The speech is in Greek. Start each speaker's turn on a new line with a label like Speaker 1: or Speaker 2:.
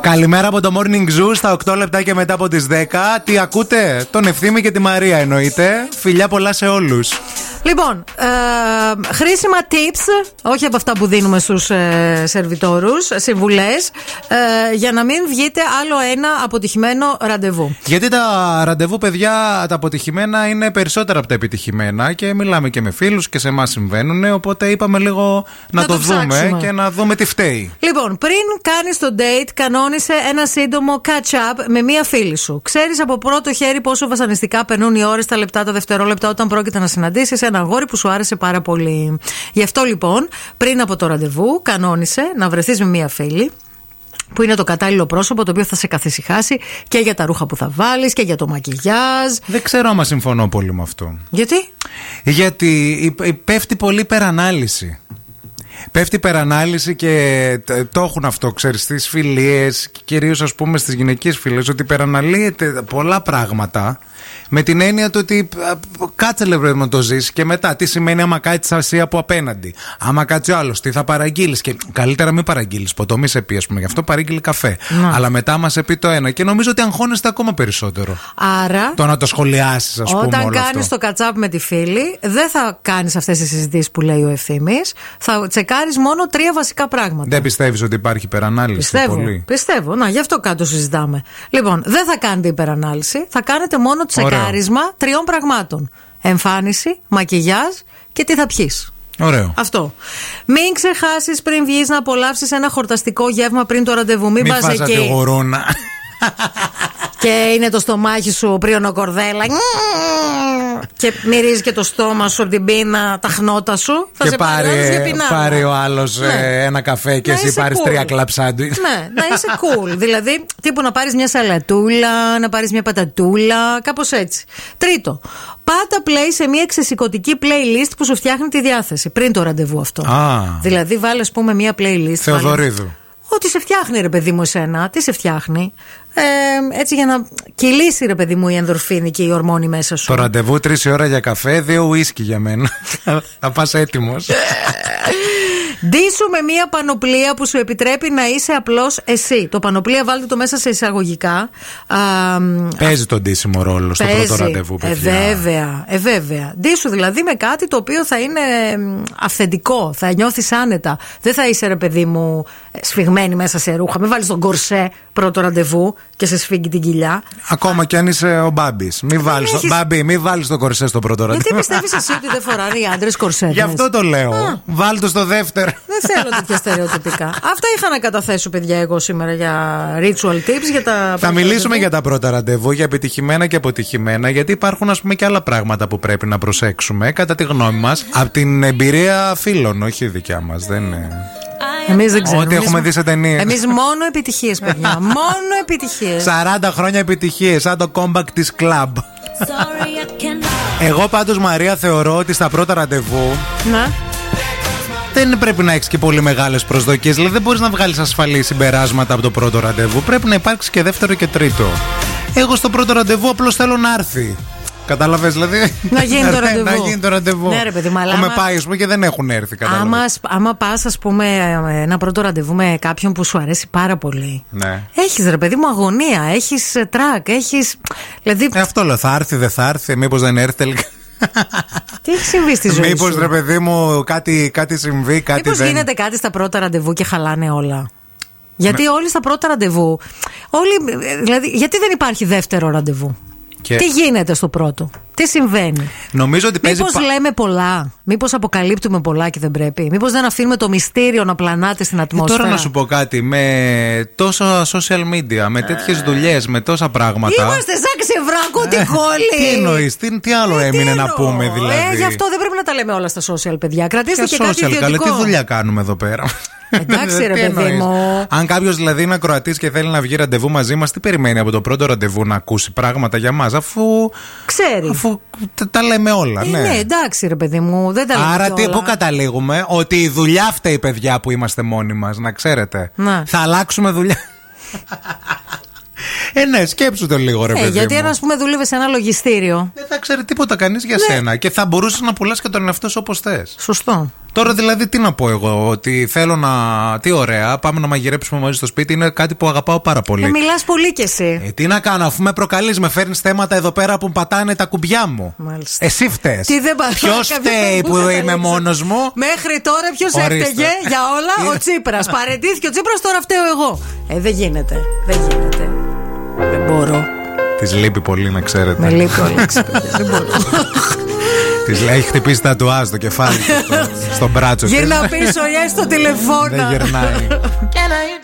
Speaker 1: Καλημέρα από το Morning Zoo στα 8 λεπτά και μετά από τις 10. Τι ακούτε, τον Ευθύμη και τη Μαρία εννοείται. Φιλιά πολλά σε όλους.
Speaker 2: Λοιπόν, ε, χρήσιμα tips, όχι από αυτά που δίνουμε στους ε, σερβιτόρους, συμβουλές, ε, για να μην βγείτε άλλο ένα αποτυχημένο ραντεβού.
Speaker 1: Γιατί τα ραντεβού, παιδιά, τα αποτυχημένα είναι περισσότερα από τα επιτυχημένα και μιλάμε και με φίλους και σε εμάς συμβαίνουν. Οπότε είπαμε λίγο να,
Speaker 2: Να
Speaker 1: το,
Speaker 2: το
Speaker 1: δούμε
Speaker 2: ψάξουμε.
Speaker 1: και να δούμε τι φταίει.
Speaker 2: Λοιπόν, πριν κάνεις το date, κανόνισε ένα σύντομο catch-up με μία φίλη σου. Ξέρεις από πρώτο χέρι πόσο βασανιστικά περνούν οι ώρες, τα λεπτά, τα δευτερόλεπτα όταν πρόκειται να συναντήσεις ένα αγόρι που σου άρεσε πάρα πολύ. Γι' αυτό λοιπόν, πριν από το ραντεβού, κανόνισε να βρεθείς με μία φίλη που είναι το κατάλληλο πρόσωπο το οποίο θα σε καθησυχάσει και για τα ρούχα που θα βάλεις και για το μακιγιάζ.
Speaker 1: Δεν ξέρω άμα συμφωνώ πολύ με αυτό.
Speaker 2: Γιατί?
Speaker 1: Γιατί υ- υ- πέφτει πολύ υπερανάλυση. Πέφτει υπερανάλυση και τ- το έχουν αυτό, ξέρεις, στις φιλίες, κυρίως ας πούμε στις γυναικείε φιλίες, ότι υπεραναλύεται πολλά πράγματα με την έννοια του ότι α, π- κάτσε λευρέ να το ζήσει και μετά. Τι σημαίνει άμα κάτσεις εσύ από απέναντι. Άμα κάτσει ο άλλος, τι θα παραγγείλεις. Και καλύτερα μην παραγγείλεις ποτό, μη σε πει, ας πούμε. Γι' αυτό παρήγγειλε καφέ.
Speaker 2: Ναι.
Speaker 1: Αλλά μετά μας σε πει το ένα. Και νομίζω ότι αγχώνεστε ακόμα περισσότερο.
Speaker 2: Άρα...
Speaker 1: Το να το σχολιάσεις, ας πούμε.
Speaker 2: Όταν
Speaker 1: όλο
Speaker 2: κάνεις
Speaker 1: αυτό.
Speaker 2: το κατσάπ με τη φίλη, δεν θα κάνεις αυτές τις συζητήσεις που λέει ο ευθύνη. Θα τσεκάρεις μόνο τρία βασικά πράγματα.
Speaker 1: Δεν πιστεύεις ότι υπάρχει υπερανάλυση
Speaker 2: Πιστεύω.
Speaker 1: Ναι, πολύ.
Speaker 2: Πιστεύω. Να, γι' αυτό κάτω συζητάμε. Λοιπόν, δεν θα κάνετε υπερανάλυση. Θα κάνετε μόνο τσεκάρισμα τριών πραγμάτων. Εμφάνιση, μακιγιάζ και τι θα πιεις.
Speaker 1: Ωραίο.
Speaker 2: Αυτό. Μην ξεχάσεις πριν βγεις να απολαύσεις ένα χορταστικό γεύμα πριν το ραντεβού. Μην,
Speaker 1: Μην
Speaker 2: πας
Speaker 1: φάζατε
Speaker 2: εκεί.
Speaker 1: γορούνα.
Speaker 2: Και είναι το στομάχι σου πρίωνο κορδέλα. Και μυρίζει και το στόμα σου από την πίνα, τα χνότα σου. Θα
Speaker 1: και
Speaker 2: σε πάρει,
Speaker 1: πάρει,
Speaker 2: άλλος για πεινάδα.
Speaker 1: πάρει ο άλλος
Speaker 2: Ναι.
Speaker 1: ένα καφέ και
Speaker 2: Να
Speaker 1: εσύ
Speaker 2: είσαι
Speaker 1: πάρεις
Speaker 2: cool.
Speaker 1: τρία κλαπ σάντουιτ.
Speaker 2: Ναι, να είσαι cool. δηλαδή, τύπου να πάρεις μια σαλατούλα, να πάρεις μια πατατούλα, κάπως έτσι. Τρίτο, πάτα play σε μια ξεσηκωτική playlist που σου φτιάχνει τη διάθεση πριν το ραντεβού αυτό.
Speaker 1: Α.
Speaker 2: Δηλαδή, βάλει, ας πούμε, μια playlist. βάλε-
Speaker 1: Θεοδωρίδου.
Speaker 2: Ό,τι σε φτιάχνει, ρε παιδί μου, εσένα. Τι σε φτιάχνει. Ε, έτσι για να κυλήσει, ρε παιδί μου, η ενδορφίνη και η ορμόνη μέσα σου.
Speaker 1: Το ραντεβού τρεις ώρα για καφέ, δύο ουίσκι για μένα. Θα πας έτοιμος.
Speaker 2: Ντύσου με μία πανοπλία που σου επιτρέπει να είσαι απλώς εσύ. Το πανοπλία βάλτε το μέσα σε εισαγωγικά. Α, μ,
Speaker 1: Παίζει τον ντύσιμο ρόλο στο πρώτο ραντεβού,
Speaker 2: ε,
Speaker 1: παιδιά.
Speaker 2: βέβαια, ε, βέβαια. Ντύσου δηλαδή με κάτι το οποίο θα είναι μ, αυθεντικό, θα νιώθεις άνετα. Δεν θα είσαι ρε παιδί μου ε, σφιγμένη μέσα σε ρούχα. Μην βάλεις τον κορσέ πρώτο ραντεβού και σε σφίγγει την κοιλιά.
Speaker 1: Ακόμα κι αν είσαι ο Μπάμπης. Μη βάλεις το,
Speaker 2: έχεις-
Speaker 1: Μπάμπη, μη βάλεις το κορσέ στο πρώτο ραντεβού.
Speaker 2: Γιατί πιστεύεις εσύ ότι δεν φοράνε οι άντρες κορσές.
Speaker 1: Γι' αυτό το
Speaker 2: Α.
Speaker 1: λέω. Βάλ το στο δεύτερο.
Speaker 2: Δεν θέλω τέτοια στερεοτυπικά. Αυτά είχα να καταθέσω, παιδιά, εγώ σήμερα για ritual tips, για τα.
Speaker 1: Θα μιλήσουμε για τα πρώτα ραντεβού, για επιτυχημένα και αποτυχημένα, γιατί υπάρχουν ας πούμε και άλλα πράγματα που πρέπει να προσέξουμε, κατά τη γνώμη μας, από την εμπειρία φίλων, όχι η δικιά μας. Δεν είναι.
Speaker 2: Εμείς δεν ξέρουμε.
Speaker 1: Ό,τι έχουμε δει σε ταινίες.
Speaker 2: Εμείς μόνο επιτυχίες, παιδιά. μόνο επιτυχίες.
Speaker 1: 40 χρόνια επιτυχίες, σαν το comeback της club. Εγώ πάντως Μαρία θεωρώ ότι στα πρώτα ραντεβού
Speaker 2: Να.
Speaker 1: δεν πρέπει να έχεις και πολύ μεγάλες προσδοκίες Δηλαδή δεν μπορείς να βγάλεις ασφαλή συμπεράσματα από το πρώτο ραντεβού Πρέπει να υπάρξει και δεύτερο και τρίτο Εγώ στο πρώτο ραντεβού απλώς θέλω να έρθει Κατάλαβες δηλαδή
Speaker 2: Να γίνει το
Speaker 1: Ναι,
Speaker 2: ραντεβού.
Speaker 1: Να γίνει το ραντεβού
Speaker 2: Ναι, ρε παιδί μου, αλλά
Speaker 1: Έχουμε
Speaker 2: άμα-
Speaker 1: πάει ας πούμε και δεν έχουν έρθει κατάλαβες.
Speaker 2: Άμα, σ- άμα πας, ας πούμε, ένα πρώτο ραντεβού με κάποιον που σου αρέσει πάρα πολύ.
Speaker 1: Ναι.
Speaker 2: Έχεις ρε παιδί μου αγωνία, έχεις τρακ, έχει. Δηλαδή,
Speaker 1: Ε, αυτό λέω, θα έρθει, δεν θα έρθει, μήπως δεν έρθει τελικά
Speaker 2: τι έχει συμβεί στη ζωή
Speaker 1: Μήπως
Speaker 2: σου.
Speaker 1: ρε παιδί μου κάτι, κάτι συμβεί, κάτι
Speaker 2: Μήπως
Speaker 1: δεν...
Speaker 2: γίνεται κάτι στα πρώτα ραντεβού και χαλάνε όλα. Γιατί όλοι στα πρώτα ραντεβού. Όλοι, ε, δηλαδή, γιατί δεν υπάρχει δεύτερο ραντεβού.
Speaker 1: Και-
Speaker 2: Τι γίνεται στο πρώτο, τι συμβαίνει.
Speaker 1: Νομίζω ότι παίζει
Speaker 2: Μήπως
Speaker 1: πα-
Speaker 2: λέμε πολλά, μήπως αποκαλύπτουμε πολλά και δεν πρέπει. Μήπως δεν αφήνουμε το μυστήριο να πλανάται στην
Speaker 1: Ε,
Speaker 2: ατμόσφαιρα.
Speaker 1: Τώρα να σου πω κάτι. Με τόσα social media,
Speaker 2: Ε.
Speaker 1: με τέτοιες δουλειές, με τόσα πράγματα.
Speaker 2: Είμαστε σαν ξεβράκο την κόλλη.
Speaker 1: Ε, Τι εννοείς, τι, τι άλλο
Speaker 2: Ε, τι
Speaker 1: έμεινε να
Speaker 2: εννοώ.
Speaker 1: πούμε δηλαδή.
Speaker 2: Ε, γι' αυτό δεν πρέπει να τα λέμε όλα στα social, παιδιά. Κρατήστε
Speaker 1: Ποια
Speaker 2: και κάτι
Speaker 1: social, καλέ,
Speaker 2: ιδιωτικό.
Speaker 1: τι δουλειά κάνουμε εδώ πέρα. Ε,
Speaker 2: Εντάξει,
Speaker 1: Τι
Speaker 2: ρε, παιδί
Speaker 1: εννοείς?
Speaker 2: μου.
Speaker 1: Αν κάποιος δηλαδή είναι ακροατή και θέλει να βγει ραντεβού μαζί μας, τι περιμένει από το πρώτο ραντεβού να ακούσει πράγματα για μας, αφού,
Speaker 2: Ξέρει.
Speaker 1: αφού τα, τα λέμε όλα.
Speaker 2: Ε, ναι. εντάξει ρε παιδί μου, δεν τα λέμε
Speaker 1: Άρα τι,
Speaker 2: κιόλα.
Speaker 1: πού καταλήγουμε, ότι η δουλειά φταίει παιδιά που είμαστε μόνοι μας, να ξέρετε.
Speaker 2: Ναι.
Speaker 1: Θα αλλάξουμε δουλειά. Ε, ναι, σκέψου το λίγο, ρε
Speaker 2: Ε,
Speaker 1: παιδί.
Speaker 2: γιατί
Speaker 1: μου.
Speaker 2: αν ας πούμε δούλευε σε ένα λογιστήριο.
Speaker 1: Δεν θα ξέρει τίποτα κανείς για
Speaker 2: Ναι.
Speaker 1: σένα και θα μπορούσες να πουλάς και τον εαυτό σου όπως θες.
Speaker 2: Σωστό.
Speaker 1: Τώρα δηλαδή τι να πω εγώ, ότι θέλω να. Τι ωραία, πάμε να μαγειρέψουμε μαζί στο σπίτι, είναι κάτι που αγαπάω πάρα πολύ.
Speaker 2: Ε, Μιλάς πολύ κι εσύ.
Speaker 1: Ε, τι να κάνω, αφού με προκαλείς, με φέρνεις θέματα εδώ πέρα που πατάνε τα κουμπιά μου.
Speaker 2: Μάλιστα.
Speaker 1: Εσύ φταίει.
Speaker 2: Τι δεν πατάω,
Speaker 1: Ποιο
Speaker 2: κάποια
Speaker 1: φταίει
Speaker 2: δεν μου
Speaker 1: που είμαι
Speaker 2: καταλήξε.
Speaker 1: μόνος μου.
Speaker 2: Μέχρι τώρα ποιος
Speaker 1: Ορίστε.
Speaker 2: έφταιγε για όλα, ο Τσίπρας. Παρετήθηκε ο Τσίπρας, τώρα φταίω εγώ. Ε, δεν γίνεται. Δεν γίνεται. Δεν μπορώ.
Speaker 1: Της λείπει πολύ, να
Speaker 2: Με
Speaker 1: ξέρετε.
Speaker 2: λείπει ο Αλέξης, παιδιά. Δεν μπορώ.
Speaker 1: Της λέει, έχει χτυπήσει τατουάζ το κεφάλι του στο- στον μπράτσο της.
Speaker 2: Γύρνα πίσω, ή έστω
Speaker 1: Δεν
Speaker 2: τηλεφώνα.
Speaker 1: γυρνάει.
Speaker 3: Can I